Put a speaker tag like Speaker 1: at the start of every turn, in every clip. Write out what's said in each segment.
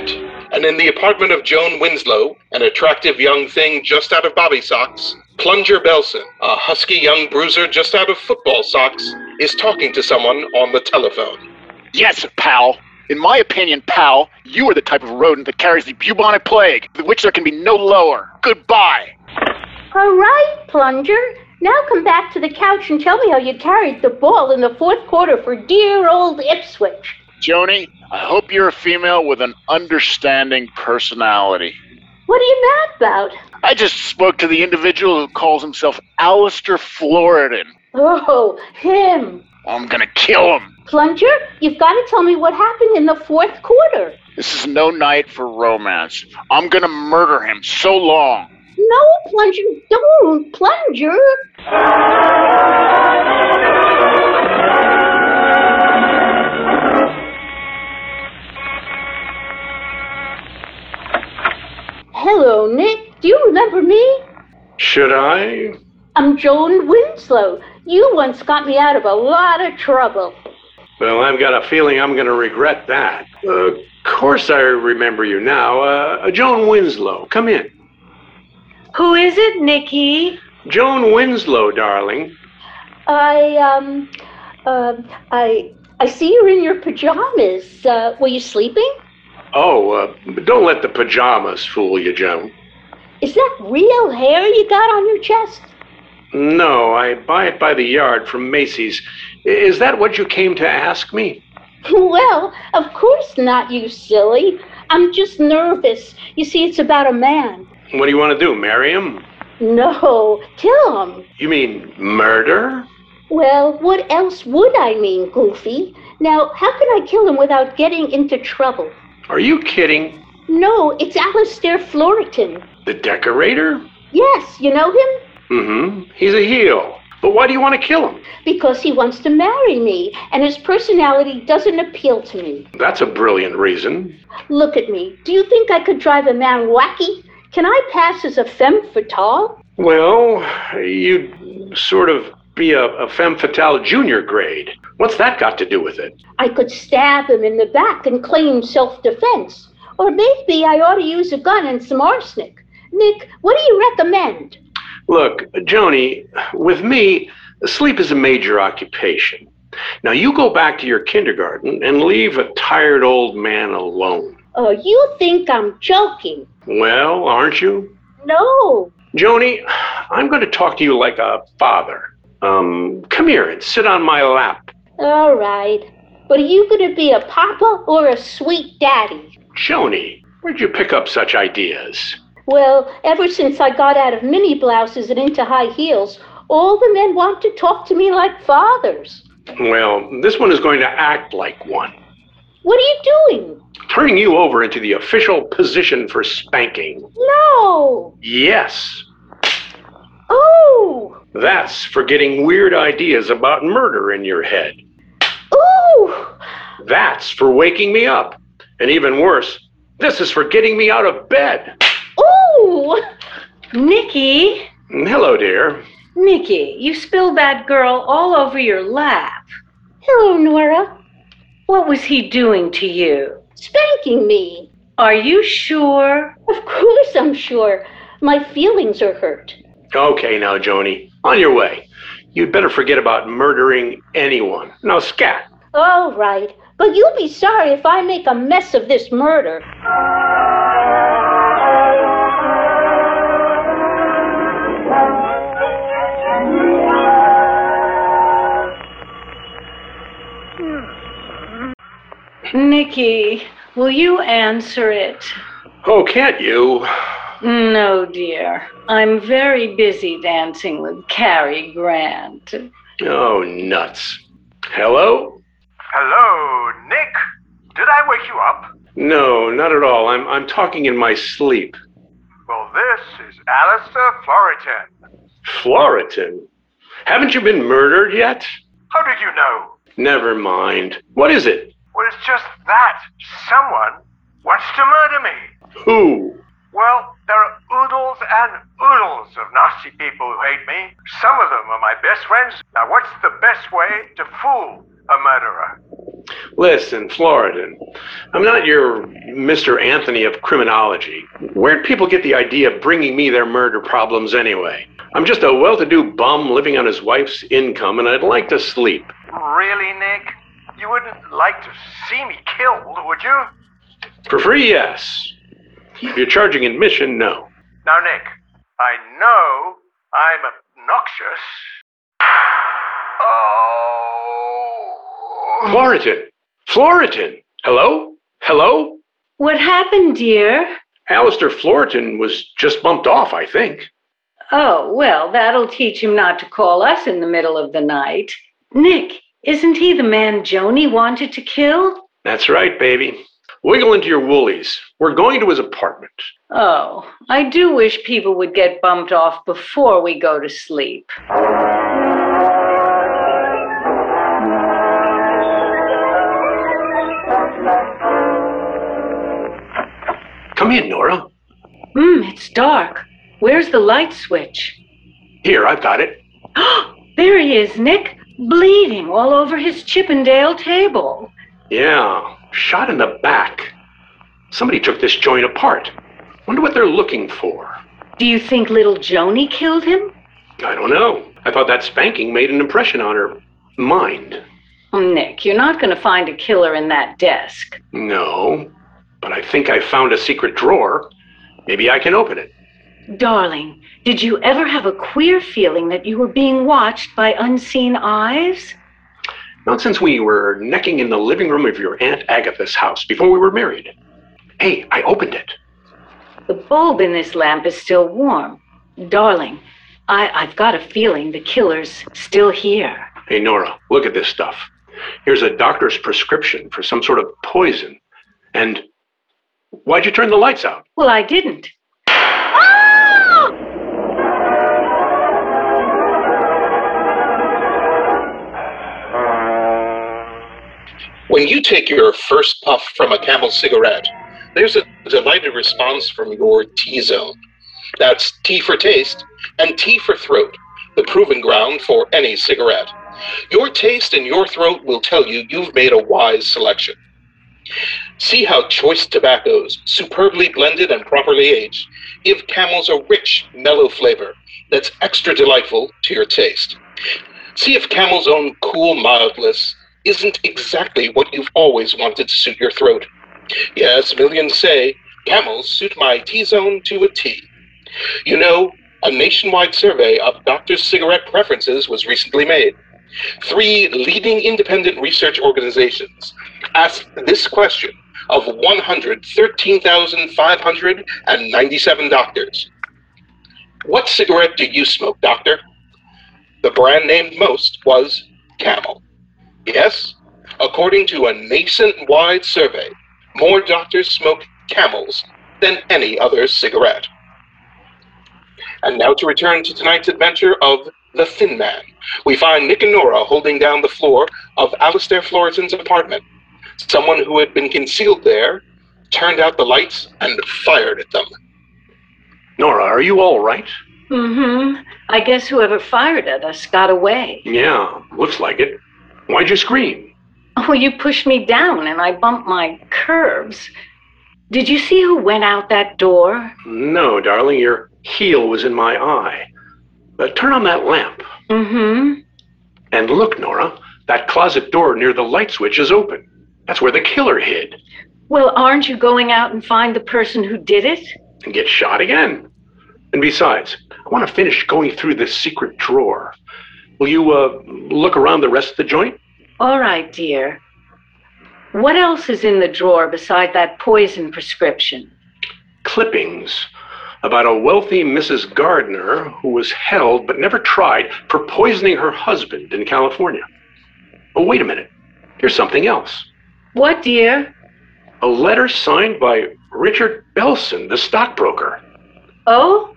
Speaker 1: and in the apartment of Joan Winslow, an attractive young thing just out of bobby socks, Plunger Belson, a husky young bruiser just out of football socks, is talking to someone on the telephone.
Speaker 2: Yes, pal. In my opinion, pal, you are the type of rodent that carries the bubonic plague, the which there can be no lower. Goodbye.
Speaker 3: All right, Plunger. Now come back to the couch and tell me how you carried the ball in the fourth quarter for dear old Ipswich.
Speaker 2: Joni, I hope you're a female with an understanding personality.
Speaker 3: What are you mad about?
Speaker 2: I just spoke to the individual who calls himself Alistair Floridan.
Speaker 3: Oh, him.
Speaker 2: I'm gonna kill him.
Speaker 3: Plunger, you've got to tell me what happened in the fourth quarter.
Speaker 2: This is no night for romance. I'm gonna murder him so long.
Speaker 3: No, Plunger, don't, Plunger. Hello, Nick. Do you remember me?
Speaker 4: Should I?
Speaker 3: I'm Joan Winslow. You once got me out of a lot of trouble.
Speaker 4: Well, I've got a feeling I'm going to regret that. of course, I remember you now. Uh, Joan Winslow, come in.
Speaker 5: Who is it, Nikki?
Speaker 4: Joan Winslow, darling.
Speaker 3: I um, uh, I I see you're in your pajamas. Uh, were you sleeping?
Speaker 4: Oh, uh, don't let the pajamas fool you, Joan.
Speaker 3: Is that real hair you got on your chest?
Speaker 4: No, I buy it by the yard from Macy's. I- Is that what you came to ask me?
Speaker 3: Well, of course not, you silly. I'm just nervous. You see, it's about a man.
Speaker 4: What do you want to do, marry him?
Speaker 3: No, kill him.
Speaker 4: You mean murder?
Speaker 3: Well, what else would I mean, Goofy? Now, how can I kill him without getting into trouble?
Speaker 4: Are you kidding?
Speaker 3: No, it's Alistair Floriton.
Speaker 4: The decorator?
Speaker 3: Yes, you know him?
Speaker 4: Mm hmm. He's a heel. But why do you want to kill him?
Speaker 3: Because he wants to marry me, and his personality doesn't appeal to me.
Speaker 4: That's a brilliant reason.
Speaker 3: Look at me. Do you think I could drive a man wacky? Can I pass as a femme fatale?
Speaker 4: Well, you'd sort of be a, a femme fatale junior grade. What's that got to do with it?
Speaker 3: I could stab him in the back and claim self defense. Or maybe I ought to use a gun and some arsenic. Nick, what do you recommend?
Speaker 4: Look, Joni, with me, sleep is a major occupation. Now you go back to your kindergarten and leave a tired old man alone.
Speaker 3: Oh, you think I'm joking?
Speaker 4: Well, aren't you?
Speaker 3: No.
Speaker 4: Joni, I'm going to talk to you like a father. Um, come here and sit on my lap.
Speaker 3: All right. But are you going to be a papa or a sweet daddy?
Speaker 4: Joni, where'd you pick up such ideas?
Speaker 3: Well, ever since I got out of mini blouses and into high heels, all the men want to talk to me like fathers.
Speaker 4: Well, this one is going to act like one,
Speaker 3: What are you doing?
Speaker 4: turning you over into the official position for spanking.
Speaker 3: No.
Speaker 4: Yes,
Speaker 3: Oh.
Speaker 4: that's for getting weird ideas about murder in your head.
Speaker 3: Ooh.
Speaker 4: That's for waking me up. And even worse, this is for getting me out of bed.
Speaker 3: Ooh.
Speaker 5: Nikki?
Speaker 4: Hello, dear.
Speaker 5: Nikki, you spilled that girl all over your lap.
Speaker 3: Hello, Nora.
Speaker 5: What was he doing to you?
Speaker 3: Spanking me.
Speaker 5: Are you sure?
Speaker 3: Of course, I'm sure. My feelings are hurt.
Speaker 4: Okay, now, Joni, on your way. You'd better forget about murdering anyone. Now, scat.
Speaker 3: All right. But you'll be sorry if I make a mess of this murder.
Speaker 5: Nikki, will you answer it?
Speaker 4: Oh, can't you?
Speaker 5: No, dear. I'm very busy dancing with Cary Grant.
Speaker 4: Oh, nuts. Hello?
Speaker 6: Hello, Nick. Did I wake you up?
Speaker 4: No, not at all. I'm, I'm talking in my sleep.
Speaker 6: Well, this is Alistair Floriton.
Speaker 4: Floriton? Haven't you been murdered yet?
Speaker 6: How did you know?
Speaker 4: Never mind. What is it?
Speaker 6: Well, it's just that someone wants to murder me.
Speaker 4: Who?
Speaker 6: Well, there are oodles and oodles of nasty people who hate me. Some of them are my best friends. Now, what's the best way to fool a murderer?
Speaker 4: Listen, Floridan, I'm not your Mr. Anthony of criminology. Where'd people get the idea of bringing me their murder problems anyway? I'm just a well to do bum living on his wife's income, and I'd like to sleep.
Speaker 6: Really, Nick? You wouldn't like to see me killed, would you?
Speaker 4: For free, yes. If you're charging admission, no.
Speaker 6: Now, Nick, I know I'm obnoxious. Oh.
Speaker 4: Floridan! Floridan! Hello? Hello?
Speaker 5: What happened, dear?
Speaker 4: Alistair Floridan was just bumped off, I think.
Speaker 5: Oh, well, that'll teach him not to call us in the middle of the night. Nick, isn't he the man Joni wanted to kill?
Speaker 4: That's right, baby. Wiggle into your woolies. We're going to his apartment.
Speaker 5: Oh, I do wish people would get bumped off before we go to sleep.
Speaker 4: Come in, Nora.
Speaker 5: Hmm, it's dark. Where's the light switch?
Speaker 4: Here, I've got it.
Speaker 5: there he is, Nick, bleeding all over his Chippendale table.
Speaker 4: Yeah, shot in the back. Somebody took this joint apart. Wonder what they're looking for.
Speaker 5: Do you think little Joni killed him?
Speaker 4: I don't know. I thought that spanking made an impression on her mind.
Speaker 5: Nick, you're not going to find a killer in that desk.
Speaker 4: No, but I think I found a secret drawer. Maybe I can open it.
Speaker 5: Darling, did you ever have a queer feeling that you were being watched by unseen eyes?
Speaker 4: Not since we were necking in the living room of your Aunt Agatha's house before we were married. Hey, I opened it.
Speaker 5: The bulb in this lamp is still warm. Darling, I, I've got a feeling the killer's still here.
Speaker 4: Hey, Nora, look at this stuff. Here's a doctor's prescription for some sort of poison. And why'd you turn the lights out?
Speaker 5: Well, I didn't.
Speaker 1: When you take your first puff from a camel cigarette, there's a delighted response from your T zone. That's T for taste and T for throat, the proven ground for any cigarette. Your taste and your throat will tell you you've made a wise selection. See how choice tobaccos, superbly blended and properly aged, give camels a rich, mellow flavor that's extra delightful to your taste. See if Camel's own cool mildness isn't exactly what you've always wanted to suit your throat. Yes, millions say, Camels suit my T zone to a T. You know, a nationwide survey of doctors' cigarette preferences was recently made. Three leading independent research organizations asked this question of 113,597 doctors What cigarette do you smoke, doctor? The brand named most was Camel. Yes, according to a nationwide survey, more doctors smoke camels than any other cigarette. And now to return to tonight's adventure of The Thin Man. We find Nick and Nora holding down the floor of Alistair Floridson's apartment. Someone who had been concealed there turned out the lights and fired at them.
Speaker 4: Nora, are you all right?
Speaker 5: Mm hmm. I guess whoever fired at us got away.
Speaker 4: Yeah, looks like it. Why'd you scream?
Speaker 5: Oh, you pushed me down and I bumped my curves. Did you see who went out that door?
Speaker 4: No, darling, your heel was in my eye. Uh, turn on that lamp.
Speaker 5: Mm hmm.
Speaker 4: And look, Nora, that closet door near the light switch is open. That's where the killer hid.
Speaker 5: Well, aren't you going out and find the person who did it?
Speaker 4: And get shot again. And besides, I want to finish going through this secret drawer. Will you uh, look around the rest of the joint?
Speaker 5: All right, dear. What else is in the drawer beside that poison prescription?
Speaker 4: clippings about a wealthy Mrs. Gardner who was held but never tried for poisoning her husband in California. Oh, wait a minute. Here's something else
Speaker 5: What, dear?
Speaker 4: a letter signed by Richard Belson, the stockbroker.
Speaker 5: Oh,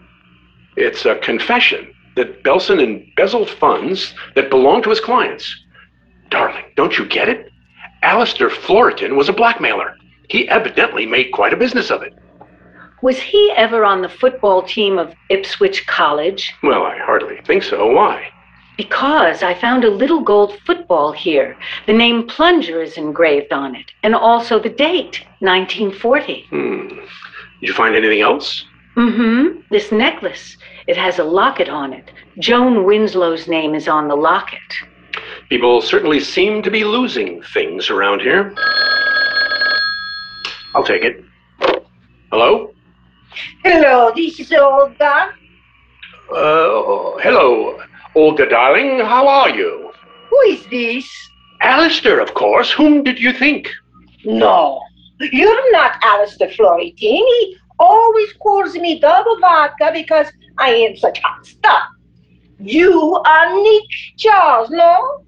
Speaker 4: It's a confession that Belson embezzled funds that belonged to his clients. Darling, don't you get it? Alistair Floriton was a blackmailer. He evidently made quite a business of it.
Speaker 5: was he ever on the football team of Ipswich College?
Speaker 4: Well, I hardly think so. Why?
Speaker 5: Because I found a little gold football here. The name Plunger is engraved on it, and also the date, 1940.
Speaker 4: Hmm. Did you find anything else?
Speaker 5: Mm hmm. This necklace, it has a locket on it. Joan Winslow's name is on the locket.
Speaker 4: People certainly seem to be losing things around here. I'll take it. Hello?
Speaker 3: Hello, this is Olga.
Speaker 4: Uh, hello, Olga darling. How are you?
Speaker 3: Who is this?
Speaker 4: Alistair, of course. Whom did you think?
Speaker 3: No, you're not Alistair Floritini. Always calls me double vodka because I am such hot stuff. You are Nick Charles, no?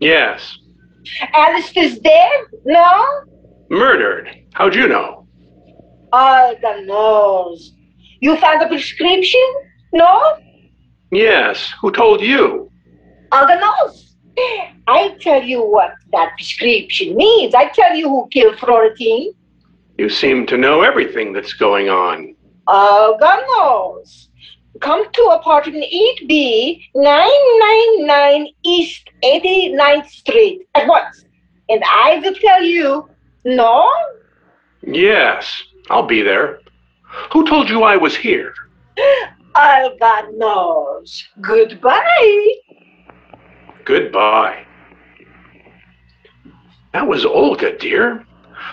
Speaker 4: Yes.
Speaker 3: Alistair's dead, no?
Speaker 4: Murdered. How'd you know?
Speaker 3: Olga knows. You found a prescription, no?
Speaker 4: Yes. Who told you?
Speaker 3: Olga knows. I tell you what that prescription means. I tell you who killed Florentine.
Speaker 4: You seem to know everything that's going on.
Speaker 3: Olga knows. Come to apartment 8B, 999 East 89th Street at once. And I will tell you, no?
Speaker 4: Yes. I'll be there. Who told you I was here?
Speaker 3: Olga knows. Goodbye.
Speaker 4: Goodbye. That was Olga, dear.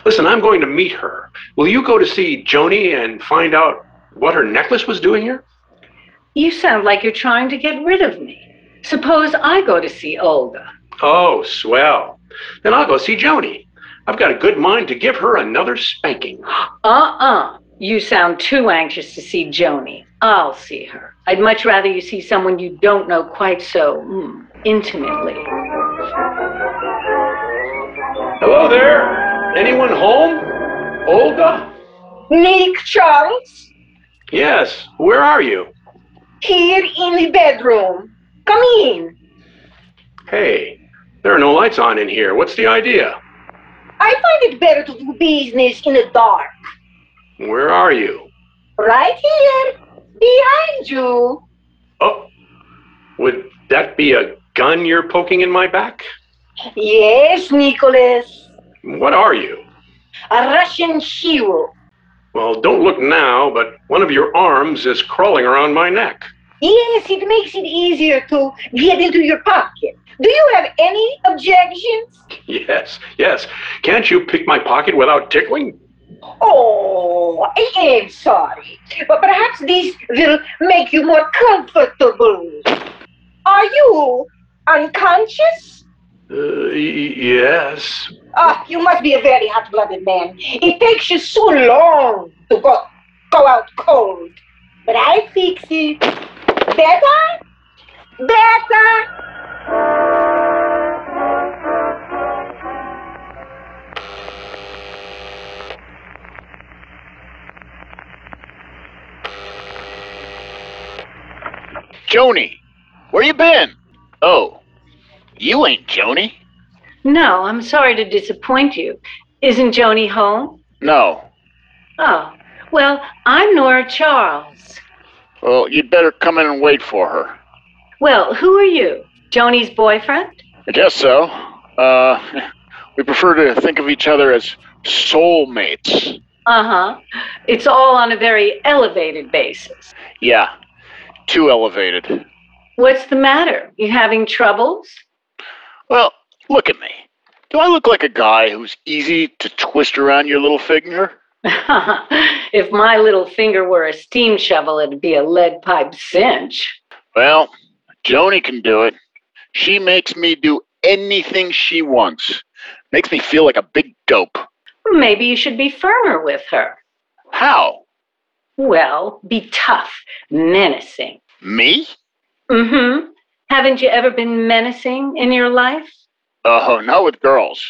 Speaker 4: Listen, I'm going to meet her. Will you go to see Joni and find out what her necklace was doing here?
Speaker 5: You sound like you're trying to get rid of me. Suppose I go to see Olga.
Speaker 4: Oh, swell. Then I'll go see Joni. I've got a good mind to give her another spanking.
Speaker 5: Uh uh. You sound too anxious to see Joni. I'll see her. I'd much rather you see someone you don't know quite so mm, intimately.
Speaker 4: Hello there. Anyone home? Olga?
Speaker 3: Nick Charles,
Speaker 4: Yes. Where are you?
Speaker 3: here in the bedroom. Come in.
Speaker 4: Hey, there are no lights on in here. What's the idea?
Speaker 3: I find it better to do business in the dark.
Speaker 4: Where are you?
Speaker 3: Right here, behind you.
Speaker 4: Oh, would that be a gun you're poking in my back?
Speaker 3: Yes, Nicholas.
Speaker 4: What are you?
Speaker 3: A Russian hero.
Speaker 4: Well, don't look now, but one of your arms is crawling around my neck.
Speaker 3: Yes, it makes it easier to get into your pocket. Do you have any objections?
Speaker 4: Yes, yes. Can't you pick my pocket without tickling?
Speaker 3: Oh, I am sorry. But perhaps this will make you more comfortable. Are you unconscious?
Speaker 4: Uh, y- yes.
Speaker 3: Ah, you must be a very hot-blooded man. It takes you so long to go go out cold. But I fix it. Better? Better?
Speaker 2: Joni, where you been? Oh, you ain't Joni.
Speaker 5: No, I'm sorry to disappoint you. Isn't Joni home?
Speaker 2: No.
Speaker 5: Oh, well, I'm Nora Charles.
Speaker 2: Well, you'd better come in and wait for her.
Speaker 5: Well, who are you? Joni's boyfriend?
Speaker 2: I guess so. Uh, we prefer to think of each other as soulmates.
Speaker 5: Uh huh. It's all on a very elevated basis.
Speaker 2: Yeah, too elevated.
Speaker 5: What's the matter? You having troubles?
Speaker 2: Well, look at me. Do I look like a guy who's easy to twist around your little finger?
Speaker 5: if my little finger were a steam shovel, it'd be a lead pipe cinch.
Speaker 2: Well, Joni can do it. She makes me do anything she wants. Makes me feel like a big dope.
Speaker 5: Maybe you should be firmer with her.
Speaker 2: How?
Speaker 5: Well, be tough, menacing.
Speaker 2: Me?
Speaker 5: Mm hmm. Haven't you ever been menacing in your life?
Speaker 2: Oh, not with girls.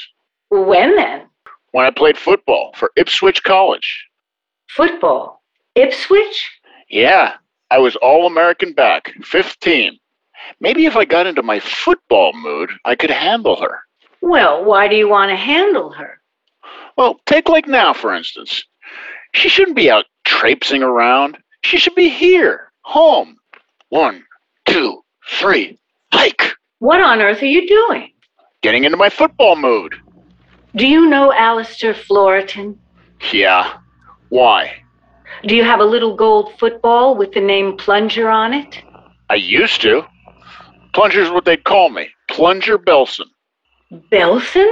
Speaker 5: When then?
Speaker 2: When I played football for Ipswich College.
Speaker 5: Football. Ipswich?
Speaker 2: Yeah, I was all American back, 15. Maybe if I got into my football mood, I could handle her.
Speaker 5: Well, why do you want to handle her?
Speaker 2: Well, take like now, for instance. She shouldn't be out traipsing around. She should be here, home. One, two, three. Hi! Mike!
Speaker 5: What on earth are you doing?
Speaker 2: Getting into my football mood.
Speaker 5: Do you know Alistair Floriton?
Speaker 2: Yeah. Why?
Speaker 5: Do you have a little gold football with the name Plunger on it?
Speaker 2: I used to. Plunger's what they'd call me. Plunger Belson.
Speaker 5: Belson?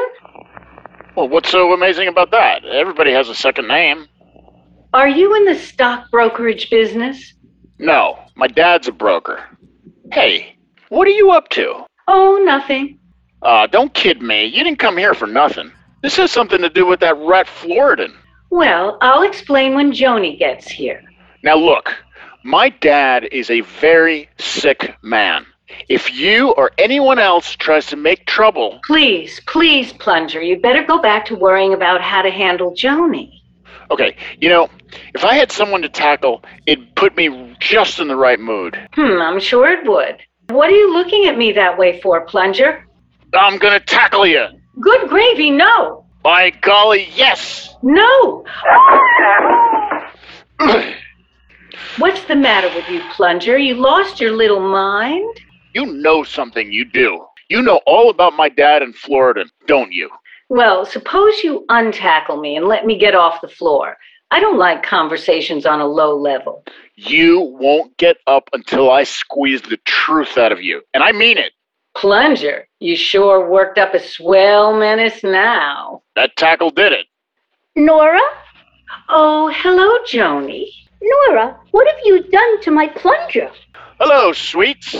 Speaker 2: Well, what's so amazing about that? Everybody has a second name.
Speaker 5: Are you in the stock brokerage business?
Speaker 2: No, my dad's a broker. Hey, what are you up to?
Speaker 5: Oh, nothing.
Speaker 2: Uh, don't kid me. You didn't come here for nothing. This has something to do with that rat Floridan.
Speaker 5: Well, I'll explain when Joni gets here.
Speaker 2: Now, look, my dad is a very sick man. If you or anyone else tries to make trouble,
Speaker 5: Please, please, Plunger, you'd better go back to worrying about how to handle Joni.
Speaker 2: okay, you know, if I had someone to tackle, it'd put me just in the right mood.
Speaker 5: Hmm, I'm sure it would. What are you looking at me that way for, Plunger?
Speaker 2: I'm gonna tackle you.
Speaker 5: Good gravy, no!
Speaker 2: By golly, yes.
Speaker 5: No! What's the matter with you, Plunger? You lost your little mind?
Speaker 2: You know something, you do. You know all about my dad and Florida, don't you?
Speaker 5: Well, suppose you untackle me and let me get off the floor. I don't like conversations on a low level.
Speaker 2: You won't get up until I squeeze the truth out of you. And I mean it.
Speaker 5: Plunger, you sure worked up a swell menace now.
Speaker 2: That tackle did it.
Speaker 7: Nora?
Speaker 5: Oh, hello, Joni.
Speaker 7: Nora, what have you done to my plunger?
Speaker 2: Hello, sweets.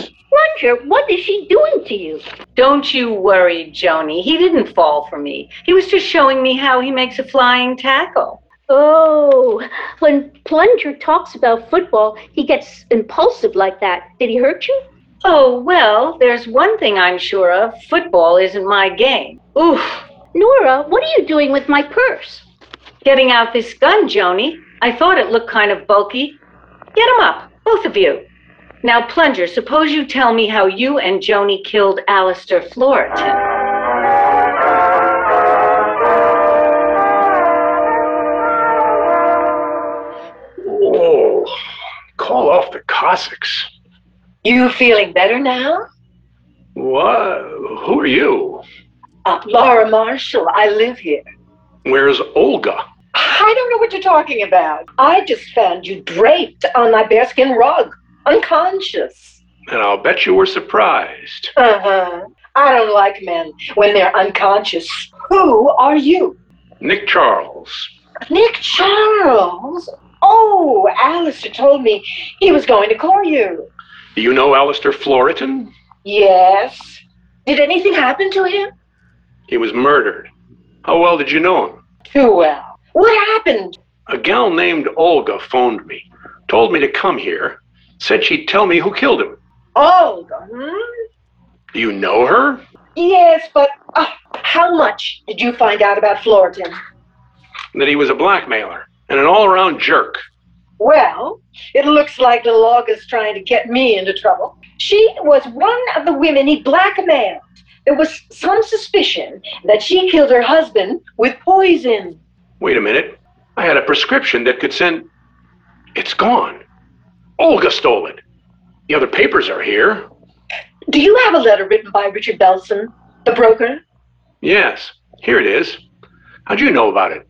Speaker 7: Plunger, what is she doing to you?
Speaker 5: Don't you worry, Joni. He didn't fall for me. He was just showing me how he makes a flying tackle.
Speaker 7: Oh, when Plunger talks about football, he gets impulsive like that. Did he hurt you?
Speaker 5: Oh, well, there's one thing I'm sure of football isn't my game. Oof,
Speaker 7: Nora, what are you doing with my purse?
Speaker 5: getting out this gun, Joni. I thought it looked kind of bulky. Get him up, both of you. Now, Plunger, suppose you tell me how you and Joni killed Alistair Floriton.
Speaker 4: Oh, call off the Cossacks.
Speaker 5: You feeling better now?
Speaker 4: What? Who are you?
Speaker 5: Uh, Laura Marshall, I live here.
Speaker 4: Where's Olga?
Speaker 3: I don't know what you're talking about. I just found you draped on my bearskin rug, unconscious.
Speaker 4: And I'll bet you were surprised.
Speaker 3: Uh huh. I don't like men when they're unconscious. Who are you?
Speaker 4: Nick Charles.
Speaker 3: Nick Charles? Oh, Alistair told me he was going to call you.
Speaker 4: Do you know Alistair Floriton?
Speaker 3: Yes. Did anything happen to him?
Speaker 4: He was murdered. How well did you know him?
Speaker 3: Too well. What happened?
Speaker 4: A gal named Olga phoned me, told me to come here, said she'd tell me who killed him.
Speaker 3: Oh, hmm?
Speaker 4: Do you know her?
Speaker 3: Yes, but uh, how much did you find out about Floriton?
Speaker 4: That he was a blackmailer and an all around jerk.
Speaker 3: Well, it looks like little August trying to get me into trouble. She was one of the women he blackmailed. There was some suspicion that she killed her husband with poison.
Speaker 4: Wait a minute. I had a prescription that could send. It's gone. Olga stole it. The other papers are here.
Speaker 3: Do you have a letter written by Richard Belson, the broker?
Speaker 4: Yes, here it is. How'd you know about it?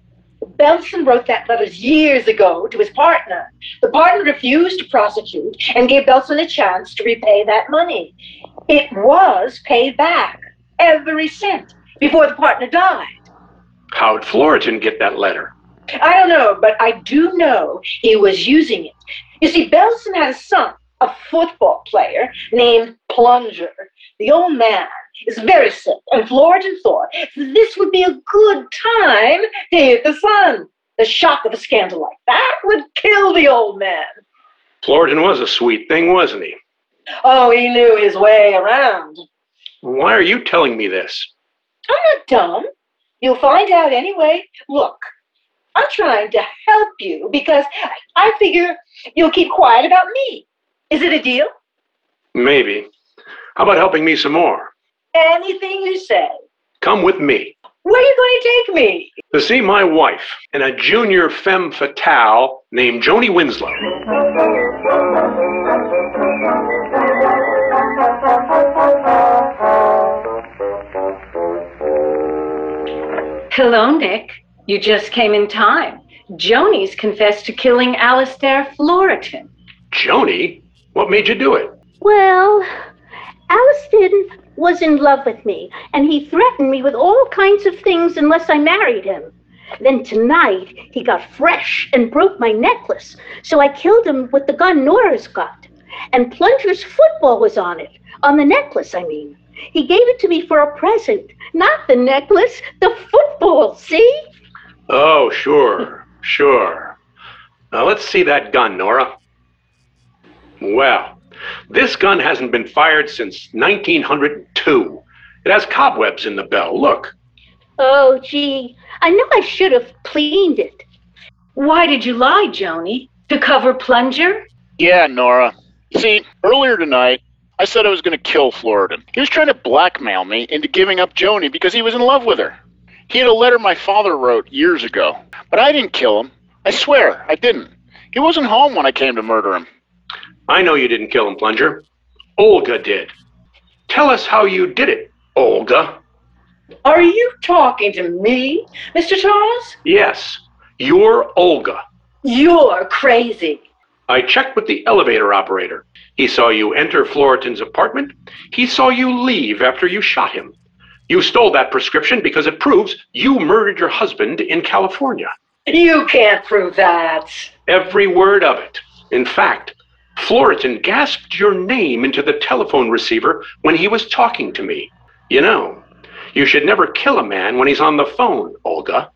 Speaker 3: Belson wrote that letter years ago to his partner. The partner refused to prosecute and gave Belson a chance to repay that money. It was paid back, every cent, before the partner died.
Speaker 4: How'd Floriton get that letter?
Speaker 3: I don't know, but I do know he was using it. You see, Belson had a son, a football player named Plunger. The old man is very sick, and Floridan thought this would be a good time to hit the son. The shock of a scandal like that would kill the old man.
Speaker 4: Floriton was a sweet thing, wasn't he?
Speaker 3: Oh, he knew his way around.
Speaker 4: Why are you telling me this?
Speaker 3: I'm not dumb. You'll find out anyway. Look, I'm trying to help you because I figure you'll keep quiet about me. Is it a deal?
Speaker 4: Maybe. How about helping me some more?
Speaker 3: Anything you say.
Speaker 4: Come with me
Speaker 3: Where are you going to take me?
Speaker 4: to see my wife and a junior femme fatale named Joni Winslow.
Speaker 5: Hello, Nick. You just came in time. Joni's confessed to killing Alistair Floriton.
Speaker 4: Joni? What made you do it?
Speaker 7: Well, Alliston was in love with me, and he threatened me with all kinds of things unless I married him. Then tonight, he got fresh and broke my necklace, so I killed him with the gun Nora's got. And Plunger's football was on it, on the necklace, I mean. He gave it to me for a present, not the necklace, the football, see?
Speaker 4: Oh, sure, sure. Now let's see that gun, Nora. Well, this gun hasn't been fired since 1902. It has cobwebs in the bell. Look,
Speaker 7: Oh, gee, I know I should have cleaned it.
Speaker 5: Why did you lie, Joni? To cover Plunger?
Speaker 2: Yeah, Nora. See, earlier tonight, I said I was going to kill Floridan. He was trying to blackmail me into giving up Joni because he was in love with her. He had a letter my father wrote years ago, but I didn't kill him. I swear, I didn't. He wasn't home when I came to murder him.
Speaker 4: I know you didn't kill him, Plunger. Olga did. Tell us how you did it, Olga.
Speaker 3: Are you talking to me, Mr. Charles?
Speaker 4: Yes, you're Olga.
Speaker 5: You're crazy.
Speaker 4: I checked with the elevator operator. He saw you enter Floriton's apartment. He saw you leave after you shot him. You stole that prescription because it proves you murdered your husband in California.
Speaker 3: You can't prove that.
Speaker 4: Every word of it. In fact, Floriton gasped your name into the telephone receiver when he was talking to me. You know, you should never kill a man when he's on the phone, Olga.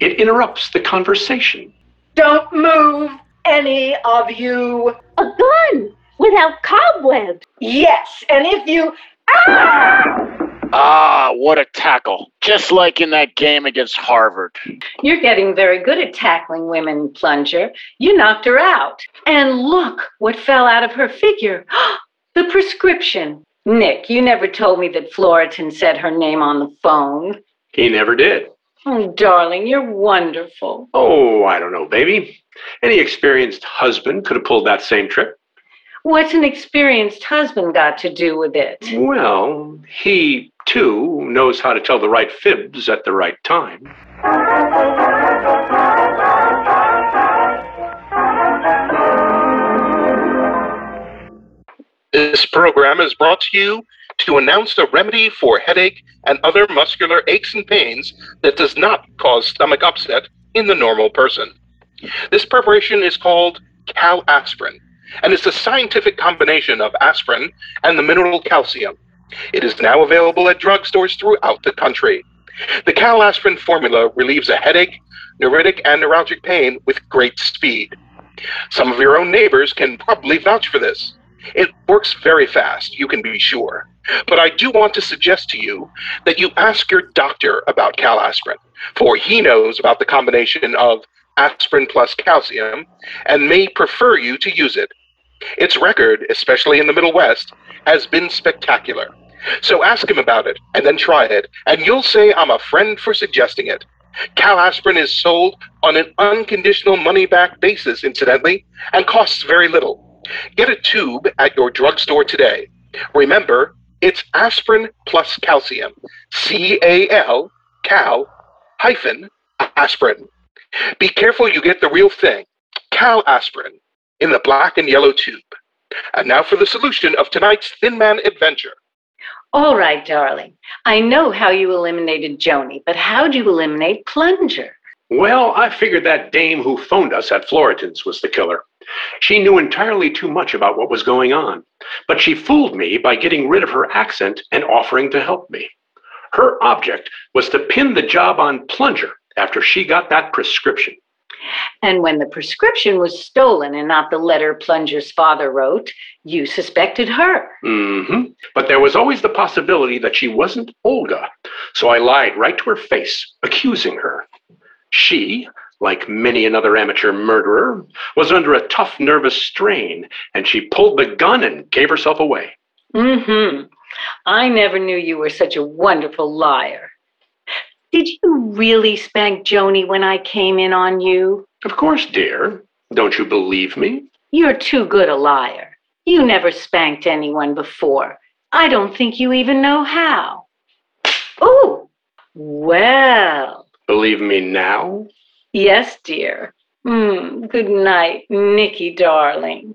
Speaker 4: It interrupts the conversation.
Speaker 3: Don't move, any of you.
Speaker 7: A gun without cobwebs.
Speaker 3: Yes, and if you.
Speaker 2: Ah, what a tackle. Just like in that game against Harvard.
Speaker 5: You're getting very good at tackling women, Plunger. You knocked her out. And look what fell out of her figure the prescription. Nick, you never told me that Floriton said her name on the phone.
Speaker 4: He never did.
Speaker 5: Oh, darling, you're wonderful.
Speaker 4: Oh, I don't know, baby. Any experienced husband could have pulled that same trick.
Speaker 5: What's an experienced husband got to do with it?
Speaker 4: Well, he, too, knows how to tell the right fibs at the right time.
Speaker 1: This program is brought to you to announce a remedy for headache and other muscular aches and pains that does not cause stomach upset in the normal person. This preparation is called cal aspirin, and it's a scientific combination of aspirin and the mineral calcium. It is now available at drugstores throughout the country. The cal aspirin formula relieves a headache, neuritic, and neuralgic pain with great speed. Some of your own neighbors can probably vouch for this. It works very fast, you can be sure. But I do want to suggest to you that you ask your doctor about calaspirin, for he knows about the combination of aspirin plus calcium and may prefer you to use it. Its record, especially in the Middle West, has been spectacular. So ask him about it and then try it, and you'll say I'm a friend for suggesting it. Calaspirin is sold on an unconditional money back basis, incidentally, and costs very little. Get a tube at your drugstore today. Remember, it's aspirin plus calcium. C A L, cal, hyphen, aspirin. Be careful you get the real thing, cal aspirin, in the black and yellow tube. And now for the solution of tonight's Thin Man adventure.
Speaker 5: All right, darling. I know how you eliminated Joni, but how'd you eliminate Plunger?
Speaker 4: Well, I figured that dame who phoned us at Floriton's was the killer. She knew entirely too much about what was going on, but she fooled me by getting rid of her accent and offering to help me. Her object was to pin the job on Plunger after she got that prescription.
Speaker 5: And when the prescription was stolen and not the letter Plunger's father wrote, you suspected her.
Speaker 4: Mm-hmm. But there was always the possibility that she wasn't Olga, so I lied right to her face, accusing her. She, like many another amateur murderer, was under a tough nervous strain, and she pulled the gun and gave herself away.
Speaker 5: Mm-hmm. I never knew you were such a wonderful liar. Did you really spank Joni when I came in on you?
Speaker 4: Of course, dear, don't you believe me?
Speaker 5: You're too good a liar. You never spanked anyone before. I don't think you even know how. Oh, well,
Speaker 4: believe me now?
Speaker 5: Hmm, Yes, dear. Mm, good night, Nicky, darling.